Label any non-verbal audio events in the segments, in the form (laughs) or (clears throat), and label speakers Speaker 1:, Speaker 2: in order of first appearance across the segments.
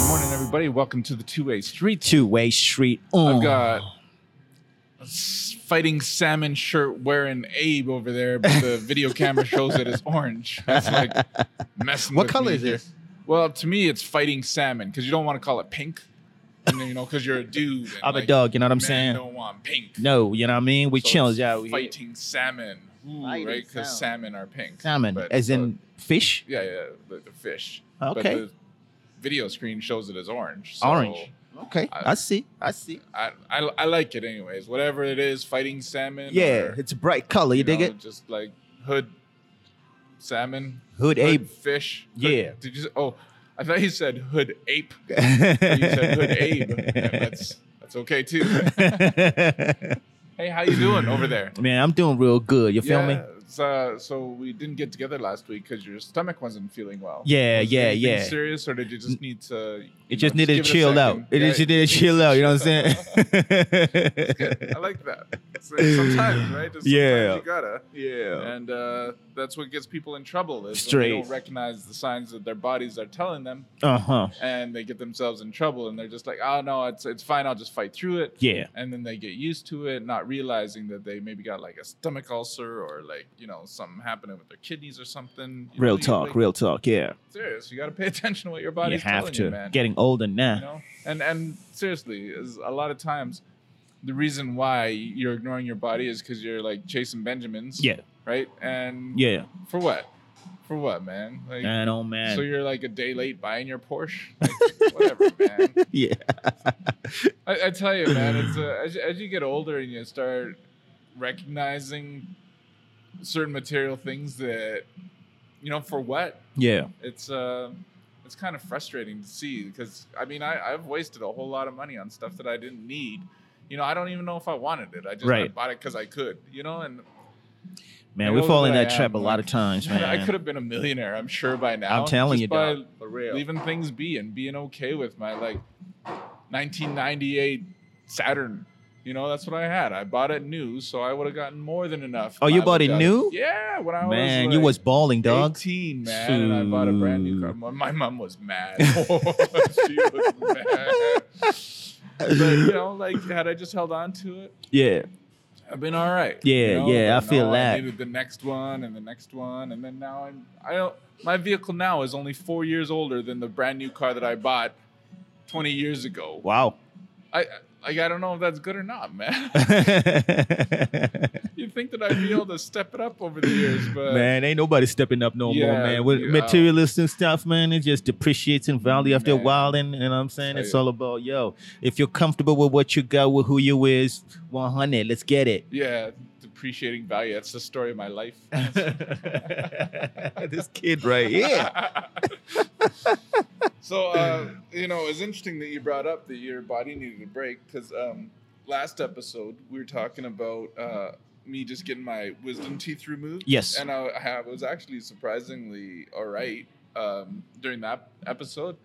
Speaker 1: everybody. Welcome to the Two Way Street.
Speaker 2: Two way street. Oh.
Speaker 1: I've got s- fighting salmon shirt wearing Abe over there, but
Speaker 2: (laughs)
Speaker 1: the video camera shows that it's orange. That's like messing.
Speaker 3: What
Speaker 1: with
Speaker 3: color
Speaker 1: me
Speaker 3: is
Speaker 1: here.
Speaker 3: this?
Speaker 1: Well, to me, it's fighting salmon because you don't want to call it pink. And, you know, because you're a dude. and,
Speaker 2: I'm a
Speaker 1: like,
Speaker 2: dog. You know what I'm
Speaker 1: men
Speaker 2: saying?
Speaker 1: Don't want pink.
Speaker 2: No, you know what I mean. We
Speaker 1: So
Speaker 2: chills
Speaker 1: it's
Speaker 2: yeah. We hit
Speaker 1: fighting salmon, Ooh,
Speaker 2: Fighting
Speaker 1: right? Because salmon are pink.
Speaker 2: salmon,
Speaker 1: But-
Speaker 2: as in fish.
Speaker 1: yeah, yeah, the, the fish.
Speaker 2: Okay.
Speaker 1: But the video screen shows it as orange. so
Speaker 2: Orange. Okay,
Speaker 1: I-
Speaker 2: I see. I see.
Speaker 1: I, I, I like it anyways. Whatever it is, fighting salmon.
Speaker 2: Yeah,
Speaker 1: or,
Speaker 2: it's a bright color. You, dig
Speaker 1: know,
Speaker 2: it?
Speaker 1: Just like hood salmon,
Speaker 2: Hood
Speaker 1: hood
Speaker 2: ape.
Speaker 1: fish. Hood-
Speaker 2: Yeah.
Speaker 1: Did you? Say, oh, I thought you said hood
Speaker 2: (laughs)
Speaker 1: ape. You said hood ape. That's that's okay
Speaker 2: (laughs)
Speaker 1: too. hey, how you doing over there?
Speaker 2: Man, I'm doing real good. You feel me?
Speaker 1: yeah, it's, uh, so we didn't get together last week because your stomach wasn't feeling well.
Speaker 2: Yeah,
Speaker 1: Was
Speaker 2: yeah,
Speaker 1: anything
Speaker 2: yeah.
Speaker 1: Serious, or did you just need to?
Speaker 2: It
Speaker 1: you
Speaker 2: just
Speaker 1: know,
Speaker 2: needed to
Speaker 1: give
Speaker 2: chill
Speaker 1: a
Speaker 2: out.
Speaker 1: second?
Speaker 2: It
Speaker 1: Yeah,
Speaker 2: just needed to chill out. You know what I'm saying? (laughs)
Speaker 1: I like that. It's like sometimes, right? Just sometimes
Speaker 2: Yeah.
Speaker 1: you gotta.
Speaker 2: yeah.
Speaker 1: And uh, that's what gets people in trouble. Is when They
Speaker 2: Straight.
Speaker 1: don't recognize the signs that their bodies are telling them,
Speaker 2: Uh huh.
Speaker 1: and they get themselves in trouble. And they're just like, "Oh no, it's it's fine. I'll just fight through it."
Speaker 2: Yeah.
Speaker 1: And then they get used to it, not realizing that they maybe got like a stomach ulcer or like you know something happening with their kidneys or something. You know,
Speaker 2: Real
Speaker 1: you gotta
Speaker 2: talk.
Speaker 1: be
Speaker 2: Real talk. Yeah.
Speaker 1: Serious. You got to pay attention to what your
Speaker 2: You
Speaker 1: body's
Speaker 2: have
Speaker 1: telling you,
Speaker 2: to.
Speaker 1: man
Speaker 2: Getting older
Speaker 1: you
Speaker 2: now.
Speaker 1: know and and seriously is a lot of times the reason why you're ignoring your body is because you're like chasing benjamins
Speaker 2: Yeah.
Speaker 1: right and
Speaker 2: Yeah.
Speaker 1: for what for what man like
Speaker 2: Man, oh man.
Speaker 1: so you're like a day late buying your porsche like, whatever (laughs) man
Speaker 2: (laughs) yeah.
Speaker 1: I, I tell you man it's a, as, you- as you get older and you start recognizing certain material things that you know for what
Speaker 2: Yeah.
Speaker 1: it's uh, it's kind of frustrating to see because I mean I, I've wasted a whole lot of money on stuff that I didn't need. You know, I don't even know if I wanted it. I just I
Speaker 2: Right.
Speaker 1: bought it because I could. You know, and
Speaker 2: Man,
Speaker 1: The
Speaker 2: we fall in
Speaker 1: older I
Speaker 2: that trap a
Speaker 1: am,
Speaker 2: lot
Speaker 1: like,
Speaker 2: of times, man.
Speaker 1: (laughs) I could have been a millionaire. I'm sure by now.
Speaker 2: telling
Speaker 1: just
Speaker 2: you,
Speaker 1: by
Speaker 2: dog. For real.
Speaker 1: leaving things be and being okay with my like 1998 Saturn. You know, that's what I had. I bought it new, so I would have gotten more than enough.
Speaker 2: Oh, you
Speaker 1: mileage
Speaker 2: bought it
Speaker 1: out of
Speaker 2: new?
Speaker 1: Yeah, when I was
Speaker 2: man, you
Speaker 1: like-
Speaker 2: was balling, dog.
Speaker 1: 18, man, and I bought a brand new car.
Speaker 2: Dude.
Speaker 1: My, my mom was mad. (laughs) she was mad. But you know, like had I just held on to it,
Speaker 2: Yeah.
Speaker 1: I've been all right.
Speaker 2: Yeah,
Speaker 1: you know?
Speaker 2: yeah, I
Speaker 1: But
Speaker 2: feel
Speaker 1: no,
Speaker 2: that.
Speaker 1: I needed the next one and the next one, and then now I'm. I don't. My vehicle now is only four years older than the brand new car that I bought 20 years ago.
Speaker 2: Wow.
Speaker 1: (laughs) I like I don't know if that's good or not,
Speaker 2: (laughs)
Speaker 1: man.
Speaker 2: man,
Speaker 1: you think that I'd be able to step it up over the years, but
Speaker 2: ain't nobody stepping up no more,
Speaker 1: Yeah,
Speaker 2: man. With
Speaker 1: yeah.
Speaker 2: materialistic stuff, man, it just depreciates in value after a
Speaker 1: Man.
Speaker 2: while. And you know what I'm saying?
Speaker 1: Tell
Speaker 2: It's
Speaker 1: you.
Speaker 2: all about, yo, if you're comfortable with what you got, with who you is, 100, let's get it. (laughs)
Speaker 1: yeah, depreciating value. That's the story of my life.
Speaker 2: this kid right here. (laughs)
Speaker 1: so uh, you know, it's interesting that you brought up that your body needed a break because um, last episode we were talking about uh, me just getting my wisdom teeth removed.
Speaker 2: Yes.
Speaker 1: and I, I was actually surprisingly all right um, during that episode.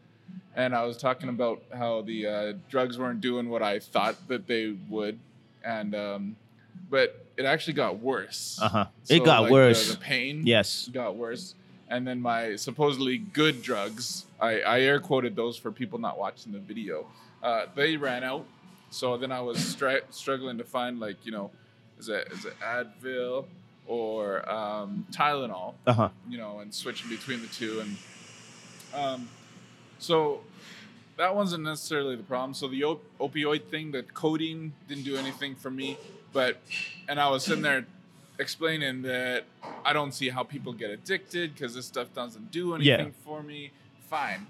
Speaker 1: And I was talking about how the uh, drugs weren't doing what I thought that they would, and um, but it actually got worse.
Speaker 2: Uh huh. It
Speaker 1: So,
Speaker 2: got
Speaker 1: like, the-
Speaker 2: worse.
Speaker 1: The pain
Speaker 2: yes.
Speaker 1: got worse. And then my supposedly good drugs, I, I air quoted those for people not watching the video, uh, they ran out. So then I was stri- struggling to find, like, you know, is it, is it Advil or um, Tylenol,
Speaker 2: Uh huh.
Speaker 1: you know, and switching between the two. And um, so that wasn't necessarily the problem. So the op- opioid thing, the codeine didn't do anything for me. But, and I was sitting there explaining that I don't see how people get addicted because this stuff doesn't do
Speaker 2: Yeah.
Speaker 1: anything for me. Fine.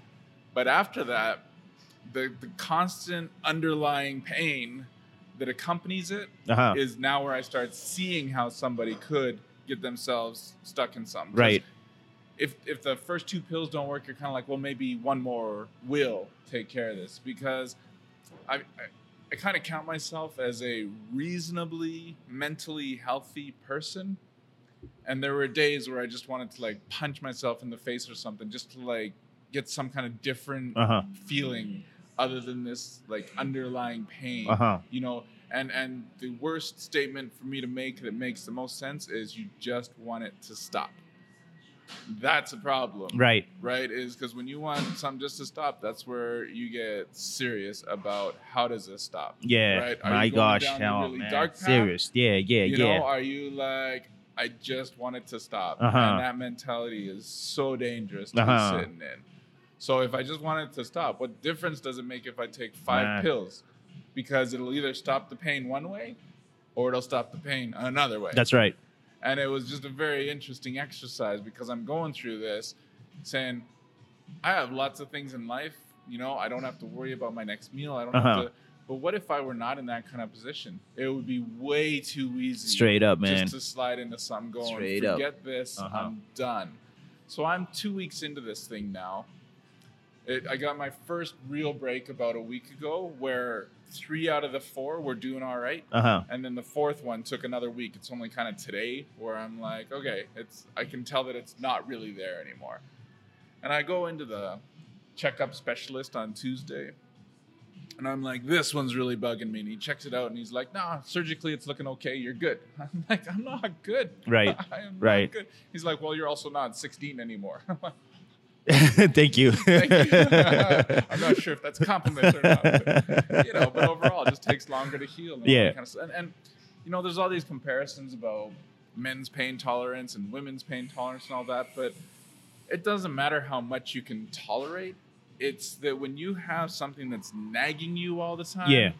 Speaker 1: But after that, the, the constant underlying pain that accompanies it
Speaker 2: Uh huh.
Speaker 1: is now where I start seeing how somebody could get themselves stuck in something. 'Cause
Speaker 2: Right.
Speaker 1: If if the first two pills don't work, you're kind of like, well, maybe one more will take care of this because I. I I kind of count myself as a reasonably mentally healthy person. And there were days where I just wanted to like punch myself in the face or something just to like get some kind of different
Speaker 2: Uh huh.
Speaker 1: feeling other than this like underlying pain
Speaker 2: Uh huh.
Speaker 1: you know and and the worst statement for me to make that makes the most sense is you just want it to stop That's a problem.
Speaker 2: Right.
Speaker 1: right is because when you want something just to stop that's where you get serious about how does this stop
Speaker 2: Yeah.
Speaker 1: Right, are
Speaker 2: My
Speaker 1: you going
Speaker 2: gosh.
Speaker 1: down the
Speaker 2: hell,
Speaker 1: really
Speaker 2: man.
Speaker 1: dark path?
Speaker 2: Serious. Yeah. Yeah.
Speaker 1: you
Speaker 2: yeah.
Speaker 1: know are you like i just want it to stop
Speaker 2: Uh-huh.
Speaker 1: and that mentality is so dangerous to
Speaker 2: Uh-huh.
Speaker 1: be sitting in so if i just want it to stop what difference does it make if i take five
Speaker 2: Nah.
Speaker 1: pills because it'll either stop the pain one way or it'll stop the pain another way
Speaker 2: That's right.
Speaker 1: and it was just a very interesting exercise because I'm going through this saying, I have lots of things in life. You know, I don't have to worry about my next meal. I don't
Speaker 2: Uh-huh.
Speaker 1: have to. But what if I were not in that kind of position? It would be way too easy
Speaker 2: Straight up, man.
Speaker 1: just to slide into something going,
Speaker 2: Straight up.
Speaker 1: forget this,
Speaker 2: Uh-huh.
Speaker 1: I'm done. So I'm two weeks into this thing now. It, I got my first real break about a week ago where three out of the four were doing all right
Speaker 2: Uh huh.
Speaker 1: and then the fourth one took another week it's only kind of today where i'm like okay it's i can tell that it's not really there anymore and i go into the checkup specialist on tuesday and i'm like this one's really bugging me and he checks it out and he's like nah surgically it's looking okay you're good (laughs) i'm like i'm not good
Speaker 2: Right.
Speaker 1: (laughs) I am not
Speaker 2: Right.
Speaker 1: good. he's like well you're also not 16 anymore (laughs) I'm like,
Speaker 2: (laughs) Thank
Speaker 1: (laughs)
Speaker 2: you.
Speaker 1: thank
Speaker 2: (laughs)
Speaker 1: you i'm not sure if that's a compliment or not but- you know, but overall, it just takes longer to heal. And all that
Speaker 2: Yeah.
Speaker 1: kind of stuff. And, and, you know, there's all these comparisons about men's pain tolerance and women's pain tolerance and all that, but it doesn't matter how much you can tolerate. It's that when you have something that's nagging you all the time,
Speaker 2: Yeah.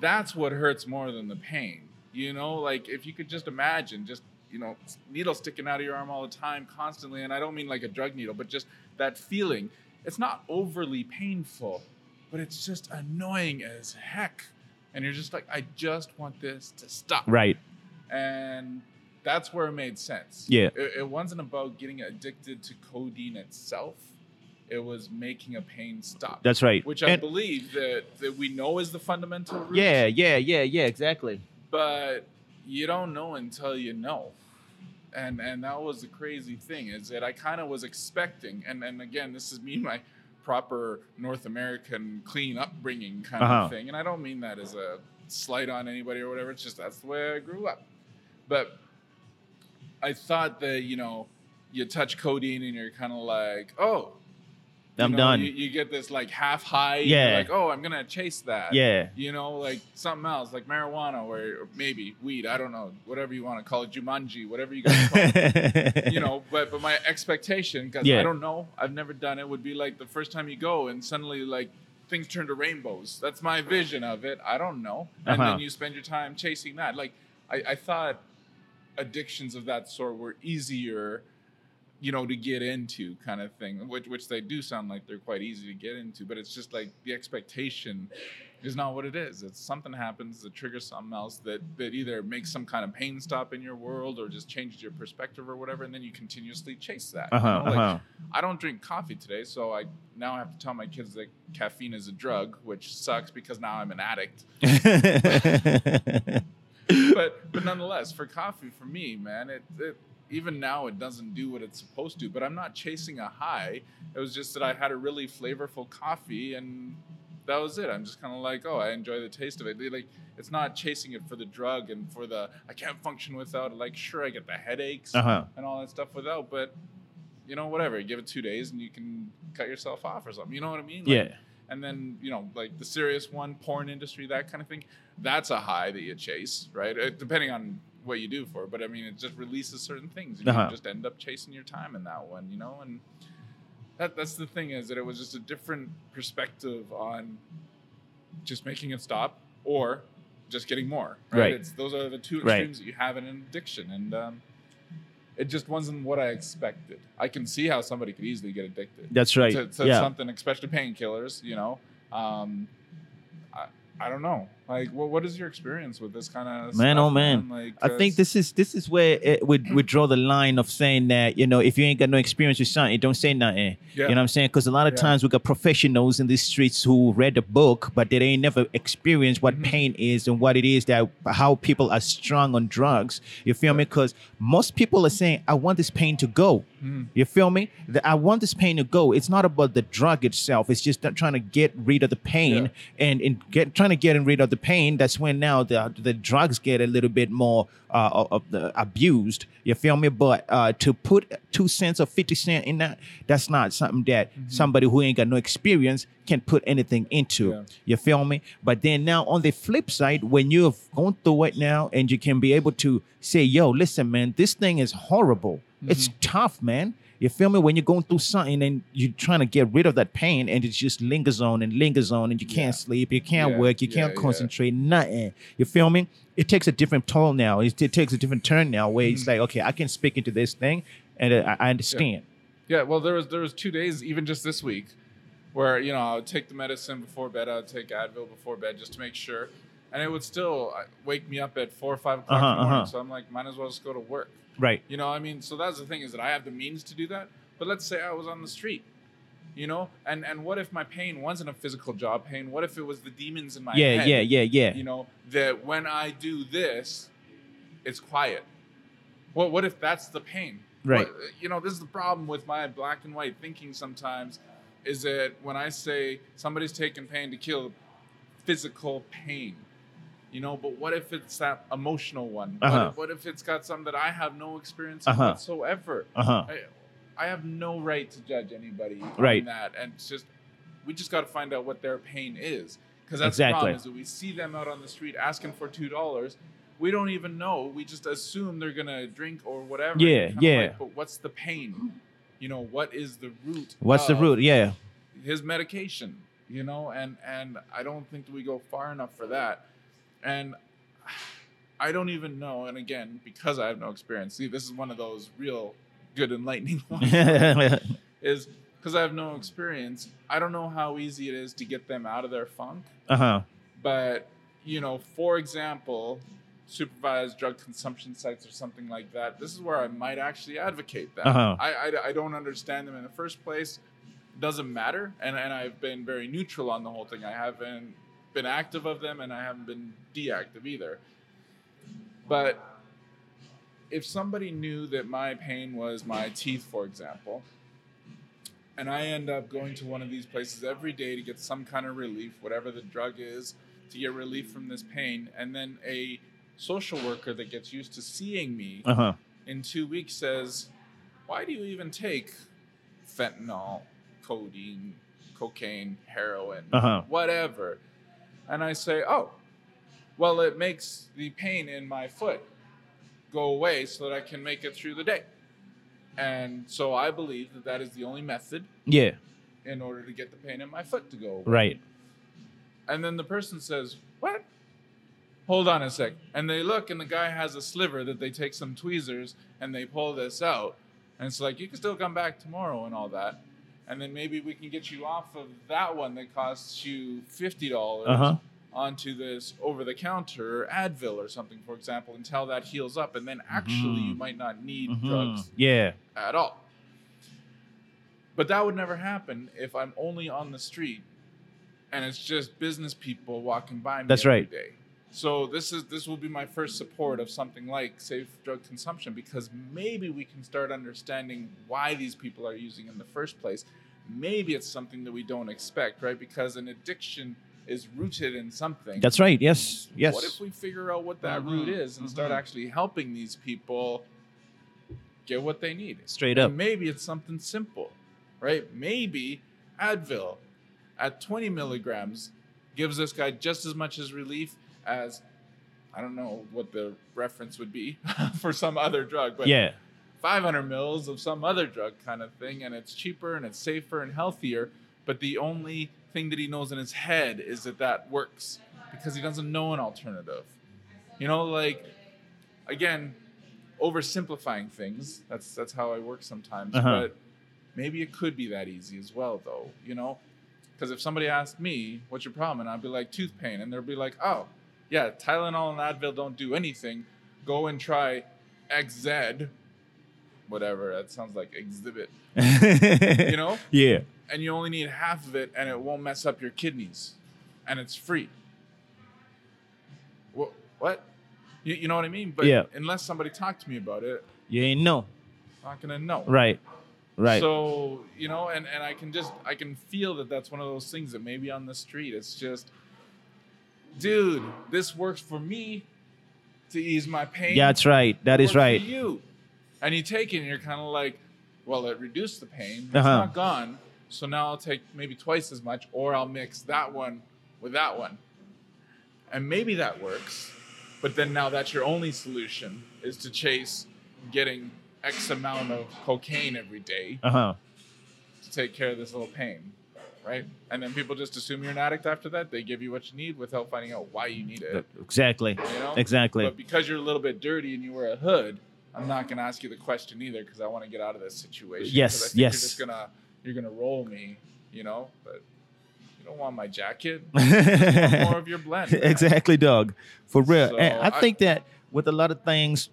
Speaker 1: that's what hurts more than the pain. You know, like if you could just imagine just, you know, needle sticking out of your arm all the time constantly, and I don't mean like a drug needle, but just that feeling. It's not overly painful, but it's just annoying as heck. And you're just like, I just want this to stop.
Speaker 2: Right.
Speaker 1: And that's where it made sense.
Speaker 2: Yeah.
Speaker 1: It, it wasn't about getting addicted to codeine itself, it was making a pain stop.
Speaker 2: That's right.
Speaker 1: which I
Speaker 2: And-
Speaker 1: believe that, that we know is the fundamental root.
Speaker 2: yeah. Yeah. Yeah. Yeah. Exactly.
Speaker 1: But you don't know until you know. And and that was the crazy thing is that I kind of was expecting, and and again, this is me my proper North American clean upbringing kind
Speaker 2: Uh-huh.
Speaker 1: of thing, and I don't mean that as a slight on anybody or whatever. It's just that's the way I grew up. But I thought that you know, you touch codeine and you're kind of like, oh, you
Speaker 2: I'm
Speaker 1: know,
Speaker 2: done.
Speaker 1: You, you get this like half high. and
Speaker 2: Yeah.
Speaker 1: You're like oh, I'm gonna chase that
Speaker 2: yeah.
Speaker 1: you know, like something else, like marijuana or or maybe weed. I don't know, whatever you want to call it, Jumanji, whatever you guys call
Speaker 2: (laughs)
Speaker 1: it. you know, but but my expectation, because
Speaker 2: Yeah.
Speaker 1: I don't know, I've never done it, would be like the first time you go and suddenly like things turn to rainbows. That's my vision of it. I don't know, and
Speaker 2: Uh-huh.
Speaker 1: then you spend your time chasing that. Like I, I thought addictions of that sort were easier. You know, to get into kind of thing, which which they do sound like they're quite easy to get into, but it's just like the expectation is not what it is. It's something happens that triggers something else that that either makes some kind of pain stop in your world or just changes your perspective or whatever, and then you continuously chase that. you
Speaker 2: Uh huh.
Speaker 1: know?
Speaker 2: Uh
Speaker 1: Like, (laughs)
Speaker 2: huh.
Speaker 1: I don't drink coffee today, so I now have to tell my kids that caffeine is a drug, which sucks because now I'm an addict. But but nonetheless, for coffee, for me, man, it. it even now, it doesn't do what it's supposed to, but I'm not chasing a high. It was just that I had a really flavorful coffee, and that was it. I'm just kind of like, oh, I enjoy the taste of it. They, Like, it's not chasing it for the drug and for the I can't function without. it. Like, sure, I get the headaches
Speaker 2: uh huh.
Speaker 1: and all that stuff without, but you know, whatever. Give it two days, and you can cut yourself off or something. You know what I mean? Like,
Speaker 2: Yeah.
Speaker 1: and then you know like the serious one porn industry that kind of thing that's a high that you chase right Uh depending on what you do for it but i mean it just releases certain things and
Speaker 2: Uh-huh.
Speaker 1: you just end up chasing your time in that one you know and that, that's the thing is that it was just a different perspective on just making it stop or just getting more right,
Speaker 2: Right.
Speaker 1: It's, those are the two
Speaker 2: Right.
Speaker 1: extremes that you have in an addiction and um, it just wasn't what i expected i can see how somebody could easily get addicted
Speaker 2: That's right.
Speaker 1: to, to
Speaker 2: yeah.
Speaker 1: something, especially painkillers. You know, um, I, I don't know. Like, what what is your experience with this kind of
Speaker 2: Man,
Speaker 1: stuff,
Speaker 2: oh, man.
Speaker 1: Like,
Speaker 2: I think this is this is where it would would draw the line of saying that you know if you ain't got no experience with something, don't say nothing.
Speaker 1: yeah,
Speaker 2: You know what I'm saying? Because a lot of
Speaker 1: Yeah.
Speaker 2: times we got professionals in these streets who read the book, but they ain't never experienced what
Speaker 1: Mhm.
Speaker 2: pain is and what it is that how people are strong on drugs. You feel me? Because most people are saying, "I want this pain to go."
Speaker 1: Mhm.
Speaker 2: You feel me? That I want this pain to go. It's not about the drug itself. It's just that trying to get rid of the pain
Speaker 1: Yeah.
Speaker 2: and, and get trying to get rid of the the pain, that's when now the the drugs get a little bit more uh, of- of the abused. You feel me? But uh, to put two cents or fifty cent in that, that's not something um, that
Speaker 1: Mm-hmm.
Speaker 2: somebody who ain't got no experience can put anything into.
Speaker 1: Yeah.
Speaker 2: You feel me? But then now on the flip side, when you've gone through it now and you can be able to say, yo, listen, man, this thing is horrible. It's
Speaker 1: Mm-hmm.
Speaker 2: tough, man. You feel me? When you're going through something and you're trying to get rid of that pain and it just lingers on and lingers on and you can't sleep, you can't
Speaker 1: Yeah,
Speaker 2: work, you
Speaker 1: yeah,
Speaker 2: can't
Speaker 1: yeah.
Speaker 2: concentrate, nothing. You feel me? It takes a different toll now. It, it takes a different turn now where
Speaker 1: Mm-hmm.
Speaker 2: it's like, okay, I can speak into this thing and uh, I, I understand.
Speaker 1: Yeah, well, there was there was two days, even just this week, where you know I would take the medicine before bed. I would take Advil before bed just to make sure, and it would still uh, wake me up at four or five o'clock
Speaker 2: Uh-huh,
Speaker 1: in the morning.
Speaker 2: uh-huh.
Speaker 1: So I'm like, might as well just go to work.
Speaker 2: Right.
Speaker 1: You know, I mean, so that's the thing is that I have the means to do that. But let's say I was on the street, you know, and and what if my pain wasn't a physical job pain? What if it was the demons in my
Speaker 2: Yeah,
Speaker 1: head?
Speaker 2: yeah, yeah, yeah.
Speaker 1: You know, that when I do this, it's quiet. Well, what if that's the pain?
Speaker 2: Right.
Speaker 1: What- you know, this is the problem with my black and white thinking sometimes is that when I say somebody's taking pain to kill physical pain, you know, but what if it's that emotional one?
Speaker 2: Uh-huh.
Speaker 1: What, if, what if it's got something that I have no experience in
Speaker 2: Uh-huh.
Speaker 1: whatsoever?
Speaker 2: Uh huh.
Speaker 1: I, I have no right to judge anybody
Speaker 2: Right.
Speaker 1: on that. And it's just, we just got to find out what their pain is. Because that's the
Speaker 2: Exactly.
Speaker 1: problem is that we see them out on the street asking for $2. We don't even know. We just assume they're going to drink or whatever.
Speaker 2: Yeah,
Speaker 1: Kinda
Speaker 2: yeah.
Speaker 1: but what's the pain? You know, what is the root?
Speaker 2: What's the
Speaker 1: of
Speaker 2: root?
Speaker 1: (laughs)
Speaker 2: Yeah.
Speaker 1: His medication, you know, and, and I don't think that we go far enough for that. And (sighs) I don't even know. And again, because I have no experience, see, this is one of those real good enlightening ones
Speaker 2: (laughs) uh-huh.
Speaker 1: is because I have no experience. I don't know how easy it is to get them out of their funk.
Speaker 2: Uh-huh,
Speaker 1: But you know, for example, supervised drug consumption sites or something like that. This is where I might actually advocate that.
Speaker 2: Uh-huh.
Speaker 1: I, I I don't understand them in the first place. Doesn't matter, and and I've been very neutral on the whole thing. I haven't been active of them, and I haven't been deactive either. But if somebody knew that my pain was my teeth, for example, and I end up going to one of these places every day to get some kind of relief, whatever the drug is, to get relief from this pain, and then a social worker that gets used to seeing me
Speaker 2: Uh huh.
Speaker 1: in two weeks says, Why do you even take fentanyl, codeine, cocaine, heroin,
Speaker 2: Uh-huh.
Speaker 1: whatever? And I say, Oh, well, it makes the pain in my foot go away so that I can make it through the day. And so I believe that that is the only method
Speaker 2: Yeah.
Speaker 1: in order to get the pain in my foot to go away.
Speaker 2: Right.
Speaker 1: And then the person says, What? Hold on a sec. And they look, and the guy has a sliver that they take some tweezers and they pull this out. And it's like, You can still come back tomorrow and all that. And then maybe we can get you off of that one that costs you $50 dollars
Speaker 2: Uh huh.
Speaker 1: onto this over the counter Advil or something, for example, until that heals up. And then actually,
Speaker 2: Mhm.
Speaker 1: you might not need
Speaker 2: Mhm.
Speaker 1: drugs
Speaker 2: Yeah.
Speaker 1: at all. But that would never happen if I'm only on the street and it's just business people walking by me
Speaker 2: That's
Speaker 1: every
Speaker 2: right.
Speaker 1: day. So this is this will be my first support of something like safe drug consumption because maybe we can start understanding why these people are using in the first place. Maybe it's something that we don't expect, right? Because an addiction is rooted in something.
Speaker 2: That's right. Yes. Yes.
Speaker 1: What if we figure out what that
Speaker 2: Mhm,
Speaker 1: root is and start
Speaker 2: mhm.
Speaker 1: actually helping these people get what they need?
Speaker 2: Straight up.
Speaker 1: And maybe it's something simple, right? Maybe Advil at 20 milligrams gives this guy just as much as relief as I don't know what the reference would be (laughs) for some other drug, but
Speaker 2: yeah.
Speaker 1: 500 mils of some other drug kind of thing, and it's cheaper and it's safer and healthier. But the only thing that he knows in his head is that that works because he doesn't know an alternative. You know, like again, oversimplifying things. That's that's how I work sometimes.
Speaker 2: Uh-huh.
Speaker 1: But maybe it could be that easy as well, though. You know, because if somebody asked me, "What's your problem?" and I'd be like, "Tooth pain," and they'd be like, "Oh, yeah, Tylenol and Advil don't do anything. Go and try XZ, whatever. That sounds like exhibit, you know.
Speaker 2: (laughs) yeah.
Speaker 1: And you only need half of it, and it won't mess up your kidneys, and it's free. What? What? You, you know what I mean? But
Speaker 2: Yeah.
Speaker 1: unless somebody talked to me about it,
Speaker 2: You ain't know.
Speaker 1: I'm not gonna know.
Speaker 2: Right. Right.
Speaker 1: So you know, and and I can just I can feel that that's one of those things that maybe on the street it's just dude, this works for me to ease my pain.
Speaker 2: Yeah, that's right. That is
Speaker 1: worked for
Speaker 2: right.
Speaker 1: You and you take it, and you're kind of like, well, it reduced the pain. It's
Speaker 2: Uh-huh.
Speaker 1: not gone. So now I'll take maybe twice as much, or I'll mix that one with that one, and maybe that works. But then now that's your only solution is to chase getting X amount of cocaine every day
Speaker 2: Uh huh.
Speaker 1: to take care of this little pain, right? And then people just assume you're an addict after that. They give you what you need without finding out why you need it.
Speaker 2: Exactly.
Speaker 1: You know?
Speaker 2: (laughs) Exactly.
Speaker 1: But because you're a little bit dirty and you wear a hood, I'm not going to ask you the question either because I want to get out of this situation. 'Cause
Speaker 2: Yes,
Speaker 1: I think
Speaker 2: yes.
Speaker 1: You're just gonna you're gonna roll me, you know. But you don't want my
Speaker 2: (laughs)
Speaker 1: jacket. More of your blend. man.
Speaker 2: exactly, dog. For real.
Speaker 1: So,
Speaker 2: and I
Speaker 1: I-
Speaker 2: think that with a lot of things,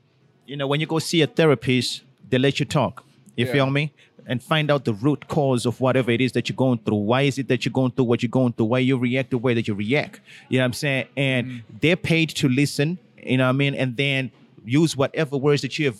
Speaker 2: you know, when you go see a therapist, they let you talk. You
Speaker 1: Yeah.
Speaker 2: feel me? And find out the root cause of whatever it is that you're going through. Why is it that you're going through what you're going through? Why you react the way that you react? You know what I'm saying? And
Speaker 1: Mm-hmm.
Speaker 2: they're paid to listen, you know what I mean? And then use whatever words that you have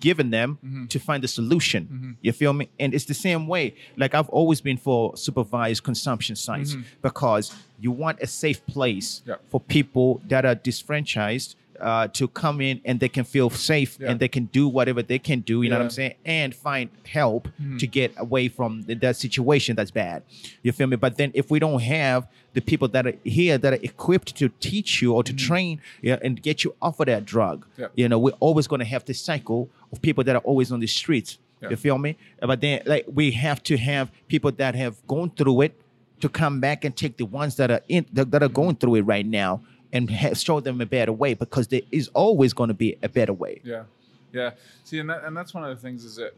Speaker 2: given them
Speaker 1: Mm-hmm.
Speaker 2: to find the solution. You feel me? And it's the same way. Like I've always been for supervised consumption sites because you want a safe place
Speaker 1: Mm-hmm. Yeah.
Speaker 2: for people that are disfranchised uh, to come in and they can feel safe
Speaker 1: Yeah.
Speaker 2: and they can do whatever they can do. You know what
Speaker 1: Yeah.
Speaker 2: I'm saying? And find help
Speaker 1: Hmm.
Speaker 2: to get away from th- that situation that's bad. You feel me? But then if we don't have the people that are here that are equipped to teach you or to train yeah, and get you off of that drug,
Speaker 1: Hmm. Yeah.
Speaker 2: you know, we're always going to have this cycle of people that are always on the streets.
Speaker 1: Yeah.
Speaker 2: You feel me? But then, like, we have to have people that have gone through it to come back and take the ones that are in that, that are going through it right now and ha- show them a better way because there is always going to be a better way.
Speaker 1: Yeah, yeah. See, and that, and that's one of the things is that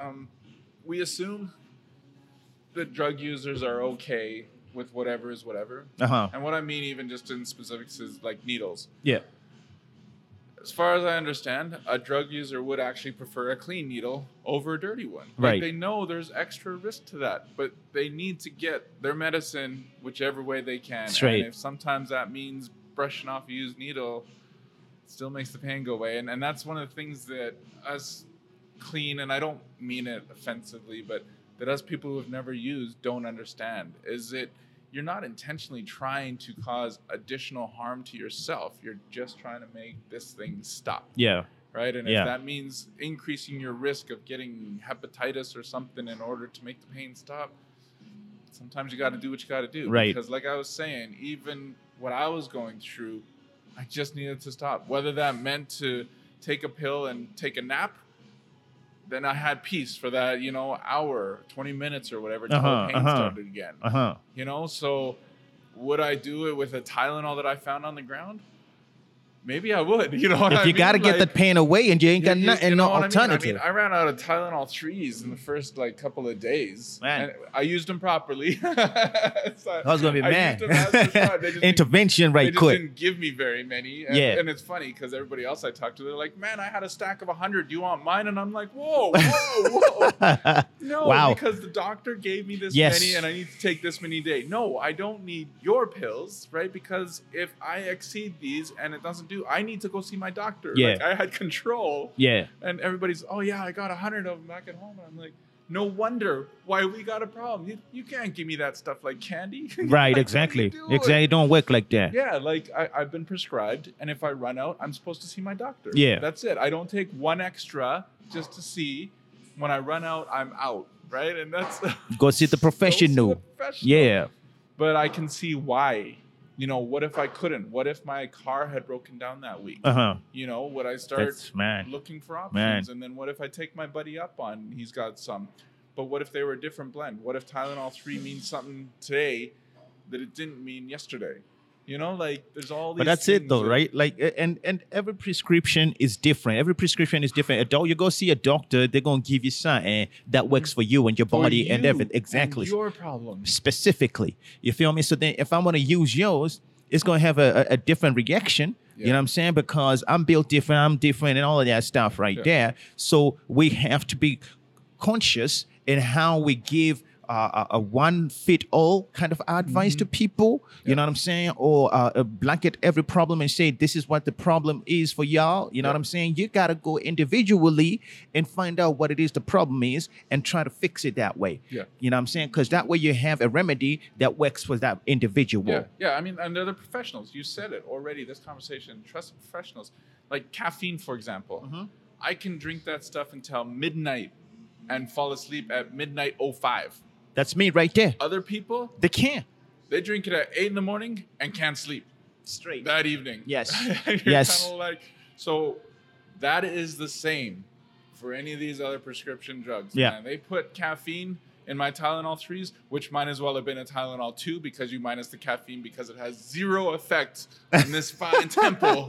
Speaker 1: um, we assume that drug users are okay with whatever is whatever.
Speaker 2: Uh huh.
Speaker 1: And what I mean, even just in specifics, is like needles.
Speaker 2: Yeah.
Speaker 1: As far as I understand, a drug user would actually prefer a clean needle over a dirty one. Like,
Speaker 2: Right.
Speaker 1: They know there's extra risk to that, but they need to get their medicine whichever way they can.
Speaker 2: That's right.
Speaker 1: And if sometimes that means brushing off a used needle, it still makes the pain go away. And, and that's one of the things that us clean, and I don't mean it offensively, but that us people who have never used don't understand is that you're not intentionally trying to cause additional harm to yourself. You're just trying to make this thing stop,
Speaker 2: Yeah.
Speaker 1: right? And
Speaker 2: Yeah.
Speaker 1: if that means increasing your risk of getting hepatitis or something in order to make the pain stop, sometimes you got to do what you got to do.
Speaker 2: Right.
Speaker 1: Because, like I was saying, even what I was going through, I just needed to stop. Whether that meant to take a pill and take a nap, then I had peace for that, you know, hour, 20 minutes or whatever, until
Speaker 2: Uh-huh,
Speaker 1: the pain
Speaker 2: uh-huh.
Speaker 1: started again
Speaker 2: Uh huh.
Speaker 1: you know so would i do it with a tylenol that i found on the ground maybe i would (laughs) you know what
Speaker 2: If
Speaker 1: I
Speaker 2: you
Speaker 1: mean?
Speaker 2: got to get
Speaker 1: Like,
Speaker 2: that pain away and you ain't got
Speaker 1: you- you-
Speaker 2: nothing,
Speaker 1: you
Speaker 2: no
Speaker 1: know what I mean? I mean,
Speaker 2: alternative.
Speaker 1: I, ran out of tylenol threes in the first like couple of days
Speaker 2: Man.
Speaker 1: and i used them properly (laughs) So
Speaker 2: I was gonna be
Speaker 1: I used
Speaker 2: mad.
Speaker 1: them
Speaker 2: (laughs)
Speaker 1: as prescribed. They just didn't-
Speaker 2: Intervention
Speaker 1: they
Speaker 2: right
Speaker 1: just
Speaker 2: quick.
Speaker 1: didn't give me very many. And,
Speaker 2: Yeah.
Speaker 1: and it's funny because everybody else I talked to, they're like, "Man, I had a stack of 100. Do you want mine?" And I'm like, "Whoa, whoa,
Speaker 2: (laughs)
Speaker 1: whoa!" No,
Speaker 2: Wow.
Speaker 1: because the doctor gave me this
Speaker 2: Yes.
Speaker 1: many and I need to take this many a day. No, I don't need your pills, right? Because if I exceed these and it doesn't do, I need to go see my doctor.
Speaker 2: Yeah.
Speaker 1: Like, I had control
Speaker 2: yeah.
Speaker 1: and everybody's, oh yeah, I got a 100 of them back at home. And I'm like, no wonder why we got a problem. You, you can't give me that stuff like candy. (laughs) Like,
Speaker 2: Right.
Speaker 1: what are
Speaker 2: Exactly.
Speaker 1: you doing?
Speaker 2: Exactly. It Don't work like that.
Speaker 1: Yeah, like I, I've been prescribed, and if I run out, I'm supposed to see my doctor.
Speaker 2: Yeah.
Speaker 1: That's it. I don't take one extra just to see. When I run out, I'm out, right? And that's (laughs)
Speaker 2: Go see the
Speaker 1: Go see
Speaker 2: professional.
Speaker 1: the professional.
Speaker 2: Yeah.
Speaker 1: But I can see why. You know, what if I couldn't? What if my car had broken down that week?
Speaker 2: Uh huh.
Speaker 1: You know, would I start
Speaker 2: That's man.
Speaker 1: looking for options?
Speaker 2: Man.
Speaker 1: And then what if I take my buddy up on he's got some? But what if they were a different blend? What if Tylenol 3 means something today that it didn't mean yesterday? You know, like there's all these
Speaker 2: But that's it
Speaker 1: things
Speaker 2: though,
Speaker 1: that-
Speaker 2: right? Like a- and and every prescription is different. Every prescription is different. Adult, you go see a doctor, they're gonna give you something that works for you and your
Speaker 1: Mm. for
Speaker 2: body and
Speaker 1: you
Speaker 2: everything. Exactly.
Speaker 1: your problems.
Speaker 2: specifically. You feel me? So then if I'm gonna use yours, it's gonna have a, a, a different reaction. You know
Speaker 1: Yeah.
Speaker 2: what I'm saying? Because I'm built different, I'm different, and all of that stuff right
Speaker 1: Yeah.
Speaker 2: there. So we have to be conscious in how we give uh, a one fit all kind of advice to people. You
Speaker 1: Mm-hmm. Yeah.
Speaker 2: know what I'm saying? Or uh, a blanket every problem and say this is what the problem is for y'all. You
Speaker 1: Yeah.
Speaker 2: know what I'm saying? You gotta go individually and find out what it is the problem is and try to fix it that way.
Speaker 1: Yeah.
Speaker 2: You know what I'm saying? Because that way you have a remedy that works for that individual.
Speaker 1: Yeah, yeah. I mean, and they're the professionals. You said it already. This conversation, trust professionals. Like caffeine, for example.
Speaker 2: Mhm.
Speaker 1: I can drink that stuff until midnight and fall asleep at midnight 05.
Speaker 2: That's me right there.
Speaker 1: Other people,
Speaker 2: They can.
Speaker 1: they drink it at 8 in the morning and can't sleep
Speaker 2: Straight.
Speaker 1: that evening.
Speaker 2: Yes.
Speaker 1: (laughs) You're
Speaker 2: Yes.
Speaker 1: kinda like- so that is the same for any of these other prescription drugs.
Speaker 2: Yeah.
Speaker 1: man. They put caffeine in my Tylenol 3s, which might as well have been a Tylenol 2 because you minus the caffeine because it has zero effect on this
Speaker 2: (laughs)
Speaker 1: fine temple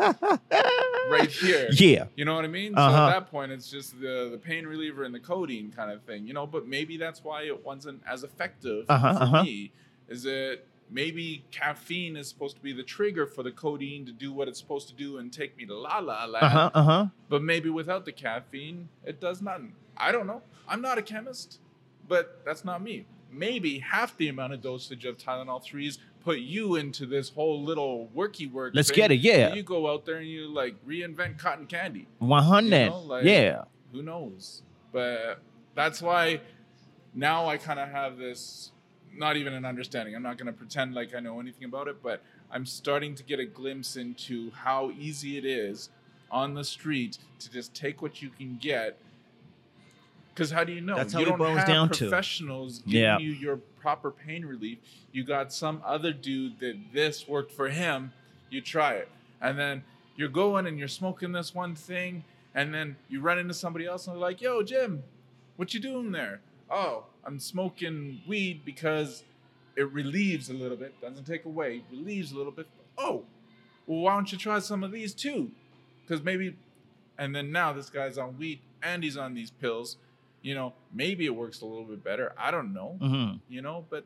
Speaker 1: right here.
Speaker 2: Yeah.
Speaker 1: You know what I mean? So
Speaker 2: Uh-huh.
Speaker 1: at that point, it's just the, the pain reliever and the codeine kind of thing, you know. But maybe that's why it wasn't as effective
Speaker 2: Uh-huh,
Speaker 1: for
Speaker 2: uh-huh.
Speaker 1: me. Is that maybe caffeine is supposed to be the trigger for the codeine to do what it's supposed to do and take me to la la land?
Speaker 2: Uh huh. Uh huh.
Speaker 1: But maybe without the caffeine, it does nothing. I don't know. I'm not a chemist, but that's not me. Maybe half the amount of dosage of Tylenol 3s put you into this whole little worky work.
Speaker 2: Let's
Speaker 1: thing,
Speaker 2: get it, yeah.
Speaker 1: and You go out there and you like reinvent cotton candy.
Speaker 2: One hundred.
Speaker 1: You know, like-
Speaker 2: yeah.
Speaker 1: Who knows? But that's why now I kind of have this not even an understanding. I'm not going to pretend like I know anything about it, but I'm starting to get a glimpse into how easy it is on the street to just take what you can get. Because how do you know?
Speaker 2: That's how
Speaker 1: you
Speaker 2: it
Speaker 1: don't
Speaker 2: boils
Speaker 1: have
Speaker 2: down to.
Speaker 1: professionals giving
Speaker 2: Yeah.
Speaker 1: you your proper pain relief. You got some other dude that this worked for him. You try it, and then you're going and you're smoking this one thing, and then you run into somebody else and they're like, "Yo, Jim, what you doing there?" Oh, I'm smoking weed because it relieves a little bit, doesn't take away, relieves a little bit. Oh, well, why don't you try some of these too? Because maybe, and then now this guy's on weed and he's on these pills. You know, maybe it works a little bit better. I don't know.
Speaker 2: hmm
Speaker 1: You know, but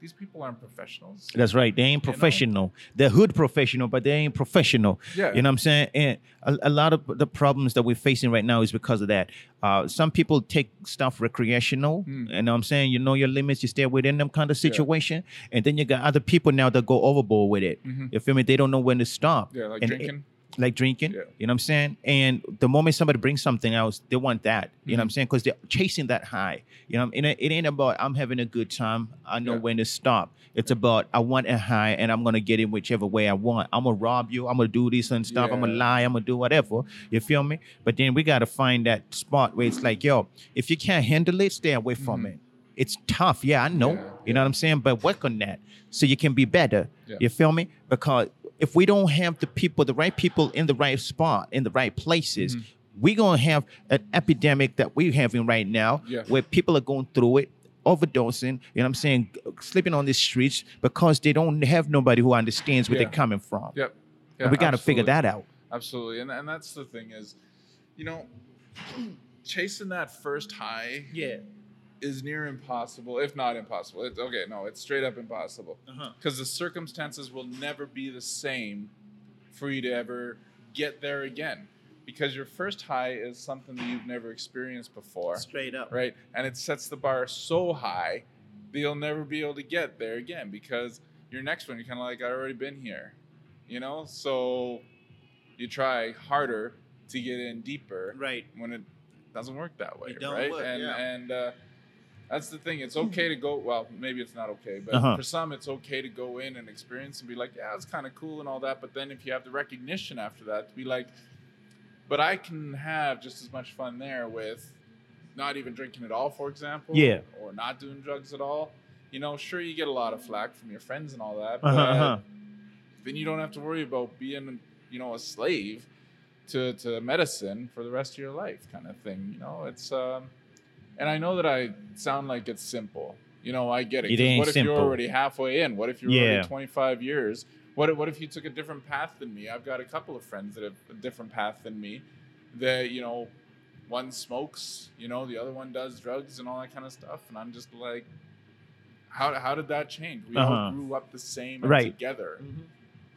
Speaker 1: these people aren't professionals.
Speaker 2: That's right. They ain't
Speaker 1: You know?
Speaker 2: professional. They're hood professional, but they ain't professional.
Speaker 1: Yeah.
Speaker 2: You know what I'm saying? And a, a lot of the problems that we're facing right now is because of that. Uh, some people take stuff recreational.
Speaker 1: Mm.
Speaker 2: You know what I'm saying? You know your limits, you stay within them kind of situation. And then you got other people now that go overboard with it.
Speaker 1: Mhm.
Speaker 2: You feel me? They don't know when to stop.
Speaker 1: Yeah, like
Speaker 2: And it-
Speaker 1: drinking.
Speaker 2: like drinking.
Speaker 1: Yeah.
Speaker 2: You know what I'm saying? And the moment somebody brings something else, they want that. You know what
Speaker 1: Mm-hmm.
Speaker 2: I'm saying? Because they're chasing that high. You know, and it it ain't about I'm having a good time. I know
Speaker 1: Yeah.
Speaker 2: when to stop. It's about I want a high and I'm gonna get it whichever way I want. I'm gonna rob you. I'm gonna do this and stuff. I'm gonna
Speaker 1: Yeah.
Speaker 2: lie. I'm gonna do whatever. You feel me? But then we gotta find that spot where it's like, yo, if you can't handle it, stay away from
Speaker 1: Mhm.
Speaker 2: it. It's tough. Yeah, I know.
Speaker 1: Yeah,
Speaker 2: you know what I'm saying? But work on that so you can be better.
Speaker 1: Yeah.
Speaker 2: You feel me? Because if we don't have the people, the right people in the right spot, in the right places,
Speaker 1: Mm-hmm.
Speaker 2: we're gonna have an epidemic that we're having right now
Speaker 1: Yeah.
Speaker 2: where people are going through it, overdosing, you know what I'm saying, sleeping on the streets because they don't have nobody who understands where
Speaker 1: Yeah.
Speaker 2: they're coming from.
Speaker 1: Yep.
Speaker 2: And we gotta figure
Speaker 1: absolutely.
Speaker 2: that out.
Speaker 1: Absolutely. And, and that's the thing is, you know, (clears throat) chasing that first high
Speaker 2: Yeah.
Speaker 1: is near impossible, if not impossible. It's okay, no, it's straight up impossible.
Speaker 2: Uh-huh.
Speaker 1: Because the circumstances will never be the same for you to ever get there again. Because your first high is something that you've never experienced before,
Speaker 2: Straight up.
Speaker 1: right? And it sets the bar so high that you'll never be able to get there again because your next one, you're kind of like, I've already been here, you know? So you try harder to get in deeper
Speaker 2: Right.
Speaker 1: when it doesn't work that way,
Speaker 2: It don't
Speaker 1: right?
Speaker 2: work,
Speaker 1: and
Speaker 2: yeah. Hmm.
Speaker 1: and uh, that's the thing. It's okay to go. Well, maybe it's not okay, but
Speaker 2: Uh-huh.
Speaker 1: for some, it's okay to go in and experience and be like, yeah, it's kind of cool and all that. But then if you have the recognition after that, to be like, but I can have just as much fun there with not even drinking at all, for example,
Speaker 2: Yeah.
Speaker 1: or not doing drugs at all. You know, sure, you get a lot of flack from your friends and all that,
Speaker 2: Uh-huh,
Speaker 1: but
Speaker 2: uh-huh.
Speaker 1: then you don't have to worry about being you know a slave to to medicine for the rest of your life kind of thing you know it's um and i know that i sound like it's simple you know i get it,
Speaker 2: It
Speaker 1: 'cause
Speaker 2: ain't
Speaker 1: what if
Speaker 2: simple.
Speaker 1: you're already halfway in what if you're
Speaker 2: Yeah.
Speaker 1: already 25 years what if, what if you took a different path than me i've got a couple of friends that have a different path than me that you know one smokes you know the other one does drugs and all that kind of stuff and i'm just like how, how did that change we
Speaker 2: Uh-huh.
Speaker 1: all grew up the same and
Speaker 2: Right.
Speaker 1: together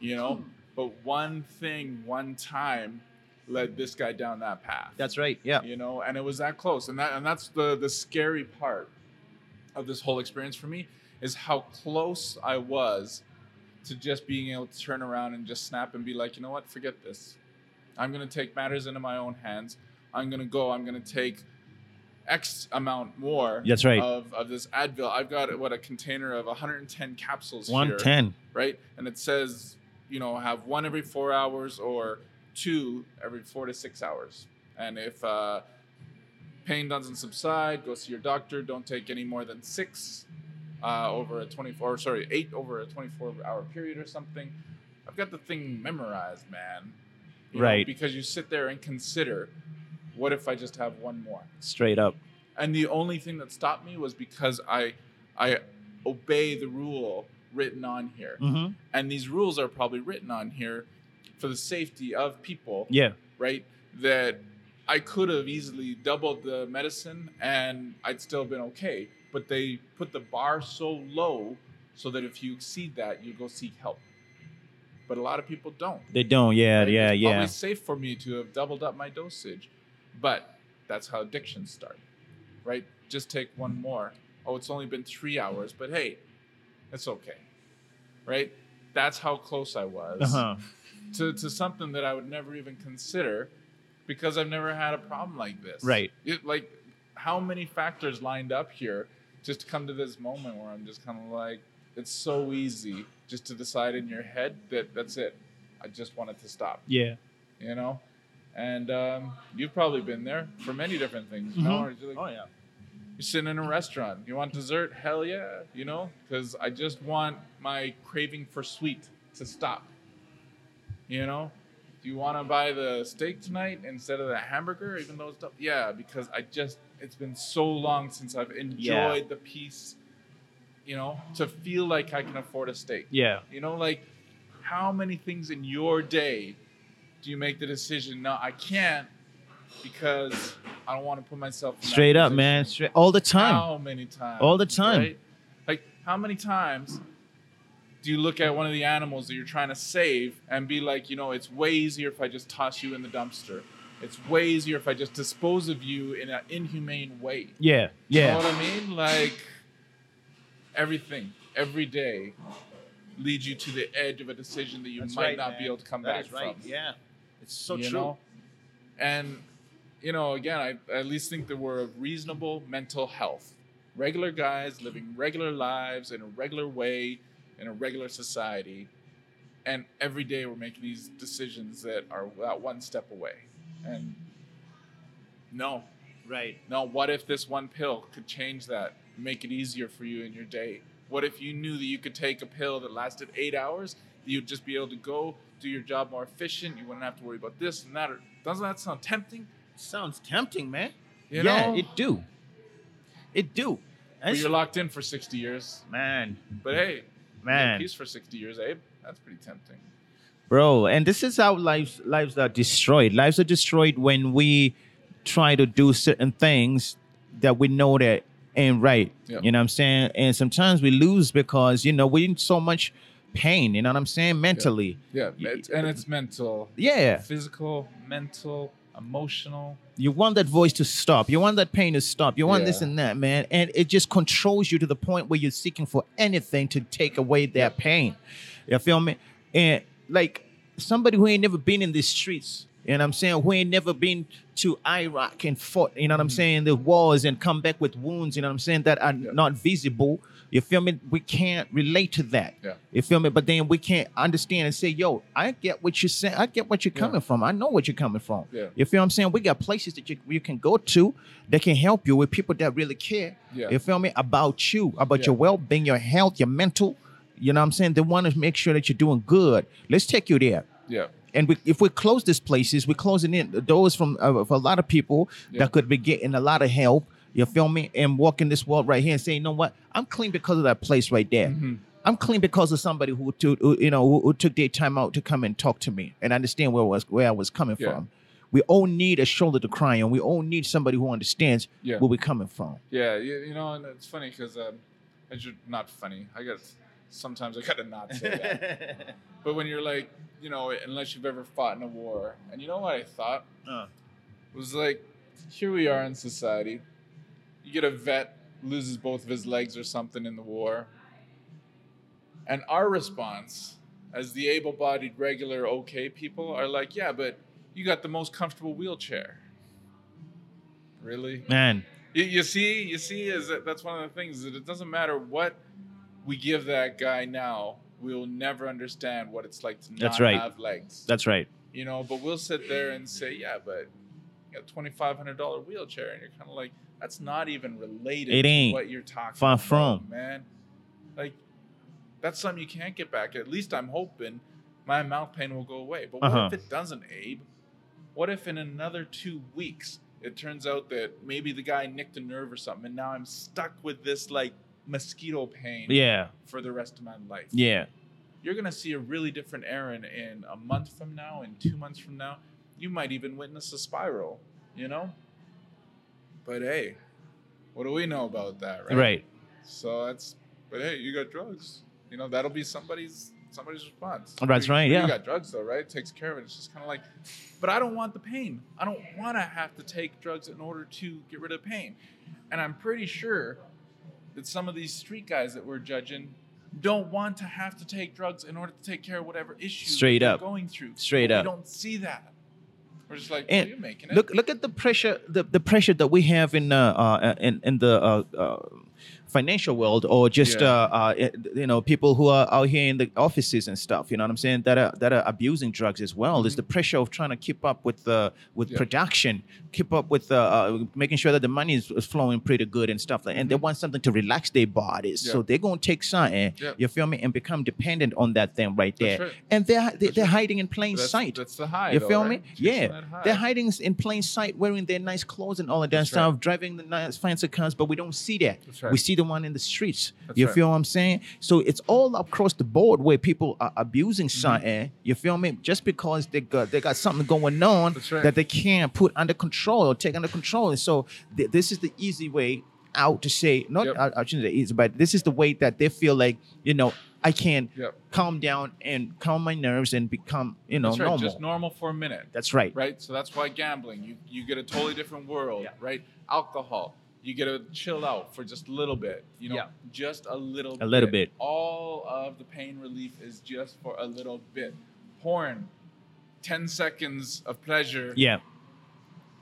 Speaker 1: you know but one thing one time led this guy down that path
Speaker 2: That's right. Yeah.
Speaker 1: you know and it was that close and that and that's the the scary part of this whole experience for me is how close I was to just being able to turn around and just snap and be like, you know what, forget this. I'm going to take matters into my own hands. I'm going to go. I'm going to take X amount more
Speaker 2: That's right.
Speaker 1: of, of this Advil. I've got, what, a container of 110 capsules here
Speaker 2: 110.
Speaker 1: right? And it says, you know, have one every four hours or two every four to six hours. And if uh, pain doesn't subside, go see your doctor. Don't take any more than six uh, over a 24, or sorry, eight over a 24 hour period or something. I've got the thing memorized, man. You know,
Speaker 2: Right.
Speaker 1: because you sit there and consider, what if I just have one more?
Speaker 2: Straight up.
Speaker 1: and the only thing that stopped me was because I I obey the rule written on here,
Speaker 2: Mm-hmm.
Speaker 1: and these rules are probably written on here for the safety of people,
Speaker 2: Yeah.
Speaker 1: right? That I could have easily doubled the medicine and I'd still been okay, but they put the bar so low so that if you exceed that, you go seek help. But a lot of people don't.
Speaker 2: They don't. Yeah.
Speaker 1: right?
Speaker 2: Yeah.
Speaker 1: it's
Speaker 2: Yeah.
Speaker 1: Probably safe for me to have doubled up my dosage, but that's how addictions start, right? Just take one more. Oh, it's only been three hours, but hey, it's okay, right? That's how close I was
Speaker 2: Uh-huh.
Speaker 1: to, to something that I would never even consider because I've never had a problem like this.
Speaker 2: Right.
Speaker 1: It, like, how many factors lined up here just to come to this moment where I'm just kind of like, it's so easy just to decide in your head that that's it. I just want it to stop,
Speaker 2: Yeah.
Speaker 1: you know? And um, you've probably been there for many different things, you know?
Speaker 2: Mhm.
Speaker 1: Or you're like,
Speaker 2: yeah.
Speaker 1: you're sitting in a restaurant. You want dessert? Hell yeah, you know? Because I just want my craving for sweet to stop. You know? Do you want to buy the steak tonight instead of the hamburger, even though it's dou- Yeah, because I just, it's been so long since I've enjoyed the piece, you know, to feel like I can afford a steak.
Speaker 2: Yeah.
Speaker 1: You know, like how many things in your day do you make the decision? No, I can't because I don't want to put myself in that
Speaker 2: Straight up,
Speaker 1: position."
Speaker 2: man. Straight, all the time.
Speaker 1: How many times?
Speaker 2: All the time.
Speaker 1: right? Like how many times do you look at one of the animals that you're trying to save and be like, you know, it's way easier if I just toss you in the dumpster. It's way easier if I just dispose of you in an inhumane way.
Speaker 2: Yeah.
Speaker 1: You
Speaker 2: Yeah.
Speaker 1: know what I mean? Like everything, every day leads you to the edge of a decision that you might not be able to come back from.
Speaker 2: Yeah. It's so
Speaker 1: you know? And you know, again, I, I at least think that we're of reasonable mental health. Regular guys living regular lives in a regular way, in a regular society. And every day we're making these decisions that are about one step away. And no,
Speaker 2: Right.
Speaker 1: now, what if this one pill could change that, make it easier for you in your day? What if you knew that you could take a pill that lasted eight hours, that you'd just be able to go do your job more efficient, you wouldn't have to worry about this and that? Or, doesn't that sound tempting?
Speaker 2: Sounds tempting, man.
Speaker 1: You
Speaker 2: yeah,
Speaker 1: know,
Speaker 2: it do. It do.
Speaker 1: But
Speaker 2: That's-
Speaker 1: you're locked in for 60 years.
Speaker 2: man,
Speaker 1: But hey,
Speaker 2: man,
Speaker 1: peace for 60 years, Abe. That's pretty tempting.
Speaker 2: bro. And this is how lives lives are destroyed. Lives are destroyed when we try to do certain things that we know that ain't right.
Speaker 1: Yeah.
Speaker 2: You know what I'm saying? And sometimes we lose because you know we're in so much pain. You know what I'm saying? Mentally,
Speaker 1: Yeah,
Speaker 2: Y-
Speaker 1: it's, and it's mental,
Speaker 2: yeah.
Speaker 1: physical, mental, emotional.
Speaker 2: You want that voice to stop. You want that pain to stop. You want this
Speaker 1: Yeah.
Speaker 2: and that, man. And it just controls you to the point where you're seeking for anything to take away that pain. You feel me? And like somebody who ain't never been in these streets, you know what I'm saying? Who ain't never been to Iraq and fought, you know what I'm saying? The wars and come back with wounds, you know what I'm saying, that are
Speaker 1: Yeah.
Speaker 2: not visible. You feel me? We can't relate to that.
Speaker 1: Yeah.
Speaker 2: You feel me? But then we can't understand and say, yo, I get what you're saying. I get what you're
Speaker 1: Yeah.
Speaker 2: coming from. I know what you're coming from.
Speaker 1: Yeah.
Speaker 2: You feel what I'm saying? We got places that you, you can go to that can help you with people that really care.
Speaker 1: Yeah.
Speaker 2: You feel me? About you, about
Speaker 1: Yeah.
Speaker 2: your well being, your health, your mental. You know what I'm saying? They want to make sure that you're doing good. Let's take you there.
Speaker 1: Yeah.
Speaker 2: And we, if we close these places, we're closing in the doors from uh, for a lot of people
Speaker 1: Yeah.
Speaker 2: that could be getting a lot of help. You feel me? And walking this world right here and saying, you know what? I'm clean because of that place right there.
Speaker 1: Mm-hmm.
Speaker 2: I'm clean because of somebody who, took who you know who, who took their time out to come and talk to me and understand where I was where I was coming
Speaker 1: Yeah.
Speaker 2: from. We all need a shoulder to cry on. We all need somebody who understands
Speaker 1: Yeah.
Speaker 2: where we're coming from.
Speaker 1: Yeah, you, you know, and it's funny because um, it's ju- not funny. I guess sometimes I gotta not say that. but when you're like, you know, unless you've ever fought in a war, and you know what I thought
Speaker 2: Uh.
Speaker 1: was like, here we are in society. You get a vet loses both of his legs or something in the war. And our response, as the able bodied, regular, okay people, are like, yeah, but you got the most comfortable wheelchair. Really?
Speaker 2: man.
Speaker 1: You, you see, you see, is that that's one of the things that it doesn't matter what we give that guy now, we'll never understand what it's like to not
Speaker 2: That's right.
Speaker 1: have legs.
Speaker 2: That's right.
Speaker 1: you know, but we'll sit there and say, yeah, but you got a twenty five hundred dollar wheelchair, and you're kind of like, that's not even related.
Speaker 2: It
Speaker 1: to
Speaker 2: ain't.
Speaker 1: what you're talking.
Speaker 2: Far
Speaker 1: about,
Speaker 2: from.
Speaker 1: man. Like that's something you can't get back. At least I'm hoping my mouth pain will go away. But what
Speaker 2: Uh-huh.
Speaker 1: if it doesn't, Abe? What if in another two weeks it turns out that maybe the guy nicked a nerve or something, and now I'm stuck with this like mosquito pain
Speaker 2: Yeah,
Speaker 1: for the rest of my life?
Speaker 2: yeah,
Speaker 1: you're going to see a really different Aaron in a month from now, in two months from now. You might even witness a spiral, you know? But hey, what do we know about that, right?
Speaker 2: right.
Speaker 1: So that's, but hey, you got drugs. You know, that'll be somebody's somebody's response.
Speaker 2: Oh, That's
Speaker 1: You-
Speaker 2: right,
Speaker 1: You
Speaker 2: yeah.
Speaker 1: got drugs though, right? It takes care of it. It's just kind of like, but I don't want the pain. I don't want to have to take drugs in order to get rid of pain. And I'm pretty sure that some of these street guys that we're judging don't want to have to take drugs in order to take care of whatever issue
Speaker 2: Straight
Speaker 1: they're
Speaker 2: up.
Speaker 1: going through.
Speaker 2: Straight
Speaker 1: But
Speaker 2: up.
Speaker 1: We don't see that. We're just like,
Speaker 2: And
Speaker 1: well, you're making it.
Speaker 2: Look, look at the pressure, the, the pressure that we have in uh, uh in in the uh, uh financial world, or just
Speaker 1: Yeah.
Speaker 2: uh, uh you know people who are out here in the offices and stuff. You know what I'm saying? That are that are abusing drugs as well. There's the pressure of trying to keep up with uh, with
Speaker 1: Mm-hmm. Yeah.
Speaker 2: production, keep up with uh, uh making sure that the money is, is flowing pretty good and stuff. Like, and they want something to relax their bodies, so
Speaker 1: Mm-hmm. Yeah.
Speaker 2: they're gonna take something.
Speaker 1: Yeah.
Speaker 2: You feel me? And become dependent on that thing right there.
Speaker 1: right.
Speaker 2: And they're they,
Speaker 1: That's
Speaker 2: they're
Speaker 1: right.
Speaker 2: hiding in plain
Speaker 1: that's,
Speaker 2: sight.
Speaker 1: That's the high.
Speaker 2: You
Speaker 1: though,
Speaker 2: feel
Speaker 1: right?
Speaker 2: me?
Speaker 1: Chasing
Speaker 2: yeah,
Speaker 1: that high.
Speaker 2: they're hiding in plain sight, wearing their nice clothes and all of that
Speaker 1: That's right.
Speaker 2: stuff, driving the nice fancy cars, but we don't see that.
Speaker 1: That's right.
Speaker 2: We see the one in the streets.
Speaker 1: That's
Speaker 2: you
Speaker 1: right.
Speaker 2: feel what I'm saying? So it's all across the board where people are abusing
Speaker 1: Mm-hmm.
Speaker 2: something. You feel me? Just because they got they got something going on
Speaker 1: That's right.
Speaker 2: that they can't put under control or take under control, and so th- this is the easy way out to say not
Speaker 1: Yep.
Speaker 2: I, I shouldn't say easy, but this is the way that they feel like you know I can
Speaker 1: Yep.
Speaker 2: calm down and calm my nerves and become you know
Speaker 1: That's right.
Speaker 2: normal.
Speaker 1: Just normal for a minute.
Speaker 2: That's right.
Speaker 1: right? So that's why gambling, you, you get a totally different world,
Speaker 2: Yeah.
Speaker 1: right? Alcohol, you get to chill out for just a little bit, you know,
Speaker 2: Yeah.
Speaker 1: just a little
Speaker 2: A little bit.
Speaker 1: All of the pain relief is just for a little bit. Porn, 10 seconds of pleasure
Speaker 2: Yeah,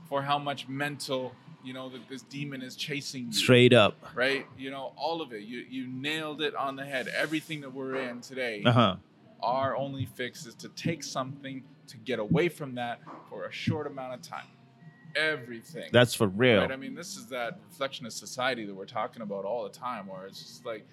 Speaker 1: for how much mental, you know, that this demon is chasing you
Speaker 2: straight up.
Speaker 1: right? You know, all of it. You you nailed it on the head. Everything that we're in today,
Speaker 2: Uh huh.
Speaker 1: our only fix is to take something to get away from that for a short amount of time. Everything.
Speaker 2: That's for real.
Speaker 1: Right? I mean, this is that reflection of society that we're talking about all the time, where it's just like,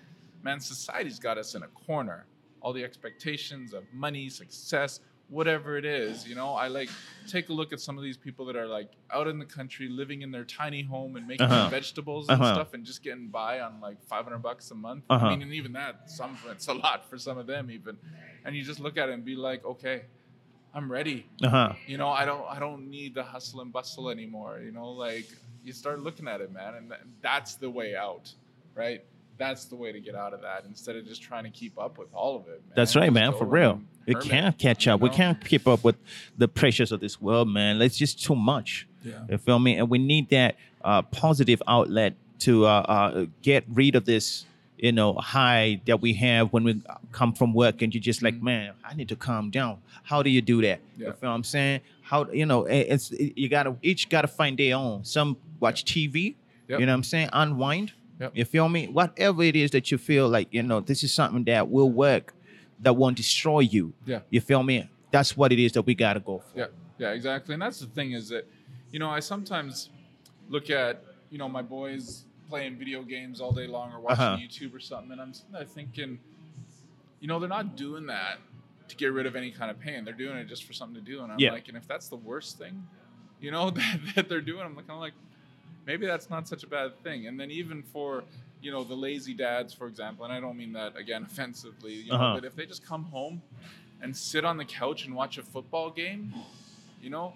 Speaker 1: man, society's got us in a corner. All the expectations of money, success, whatever it is, you know, I like take a look at some of these people that are like out in the country, living in their tiny home and making
Speaker 2: Uh-huh.
Speaker 1: vegetables
Speaker 2: Uh-huh.
Speaker 1: and stuff, and just getting by on like 500 bucks a month.
Speaker 2: Uh-huh.
Speaker 1: I mean, and even that, some it's a lot for some of them even. And you just look at it and be like, okay, I'm ready
Speaker 2: Uh huh.
Speaker 1: you know i don't i don't need the hustle and bustle anymore you know like you start looking at it man and th- that's the way out right that's the way to get out of that instead of just trying to keep up with all of it man.
Speaker 2: That's right,
Speaker 1: Just
Speaker 2: man.
Speaker 1: go
Speaker 2: For
Speaker 1: and
Speaker 2: real. We
Speaker 1: hermit,
Speaker 2: can't catch
Speaker 1: you
Speaker 2: up. We
Speaker 1: know?
Speaker 2: can't keep up with the pressures of this world, man. It's just too much.
Speaker 1: yeah
Speaker 2: You feel me? And we need that uh, positive outlet to uh, uh, get rid of this, you know, high that we have when we come from work and you're just like,
Speaker 1: Mhm.
Speaker 2: man, I need to calm down. How do you do that? You
Speaker 1: Yeah.
Speaker 2: feel what I'm saying? How you know? it- It's it- you gotta each gotta find their own. Some watch TV.
Speaker 1: Yep.
Speaker 2: You know what I'm saying? Unwind.
Speaker 1: Yep.
Speaker 2: You feel me? Whatever it is that you feel like, you know, this is something that will work, that won't destroy you.
Speaker 1: Yeah.
Speaker 2: You feel me? That's what it is that we gotta go for.
Speaker 1: Yeah, yeah, exactly. And that's the thing is that, you know, I sometimes look at, you know, my boys playing video games all day long or watching
Speaker 2: Uh-huh.
Speaker 1: YouTube or something, and I'm sitting there thinking, you know, they're not doing that to get rid of any kind of pain. They're doing it just for something to do. And I'm
Speaker 2: Yeah.
Speaker 1: like, and if that's the worst thing, you know, (laughs) that, that they're doing, I'm kind of like, maybe that's not such a bad thing. And then even for, you know, the lazy dads, for example, and I don't mean that again (laughs) offensively, you know,
Speaker 2: Uh-huh.
Speaker 1: but if they just come home and sit on the couch and watch a football game, you know,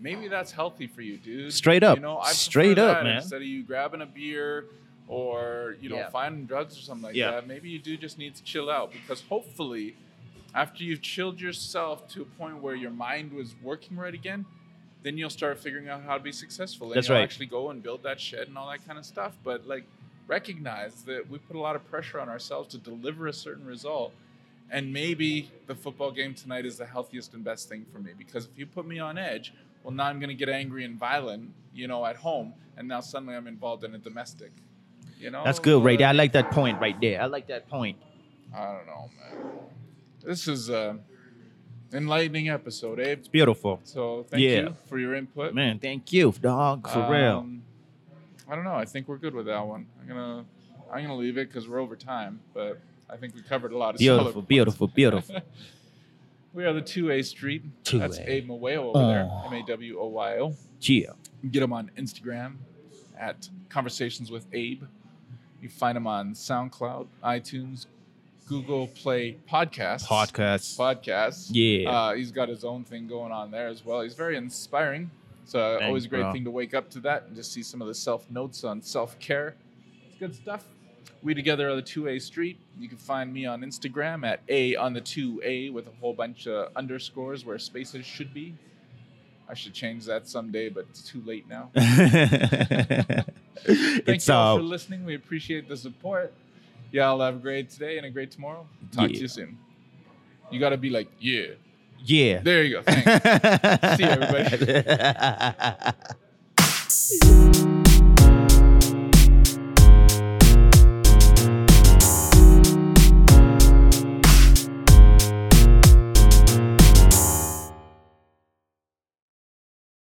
Speaker 1: maybe that's healthy for you, dude.
Speaker 2: Straight up.
Speaker 1: You know, I prefer
Speaker 2: Straight up,
Speaker 1: that
Speaker 2: man.
Speaker 1: Instead of you grabbing a beer or, you know,
Speaker 2: Yeah.
Speaker 1: finding drugs or something like
Speaker 2: Yeah.
Speaker 1: that, maybe you do just need to chill out because hopefully after you've chilled yourself to a point where your mind was working right again, then you'll start figuring out how to be successful. And
Speaker 2: That's
Speaker 1: you'll
Speaker 2: right.
Speaker 1: actually go and build that shed and all that kind of stuff. But like recognize that we put a lot of pressure on ourselves to deliver a certain result. And maybe the football game tonight is the healthiest and best thing for me because if you put me on edge, well, now I'm going to get angry and violent, you know, at home, and now suddenly I'm involved in a domestic. You know,
Speaker 2: That's good right there. I like that point right there. I like that point.
Speaker 1: I don't know, man. This is a enlightening episode, Abe.
Speaker 2: Beautiful.
Speaker 1: So thank
Speaker 2: Yeah.
Speaker 1: you for your input.
Speaker 2: Man, thank you, dog, for real.
Speaker 1: Um, I don't know. I think we're good with that one. I'm gonna I'm gonna leave it because we're over time, but I think we covered a lot of solid
Speaker 2: Beautiful,
Speaker 1: points.
Speaker 2: beautiful, beautiful.
Speaker 1: We are the Two A Oh. Street.
Speaker 2: 2A.
Speaker 1: That's Abe Mawayo over there. M A W O Y O.
Speaker 2: Yeah.
Speaker 1: You Get him on Instagram at Conversations with Abe. You find him on SoundCloud, iTunes, Google Play Podcasts.
Speaker 2: Podcast.
Speaker 1: Podcasts.
Speaker 2: Yeah. (laughs)
Speaker 1: Uh, he's got his own thing going on there as well. He's very inspiring. It's uh,
Speaker 2: Thanks,
Speaker 1: always a great
Speaker 2: bro.
Speaker 1: thing to wake up to that and just see some of the self notes on self care. It's good stuff. We together are the 2A Street. You can find me on Instagram at A on the 2A with a whole bunch of underscores where spaces should be. I should change that someday, but it's too late now. Thank
Speaker 2: it's
Speaker 1: you all for
Speaker 2: all.
Speaker 1: listening. We appreciate the support. Y'all have a great today and a great tomorrow. Talk to
Speaker 2: Yeah.
Speaker 1: you soon. You got to be like, yeah.
Speaker 2: Yeah. (laughs)
Speaker 1: There you go. Thanks. See you, everybody.
Speaker 2: everybody.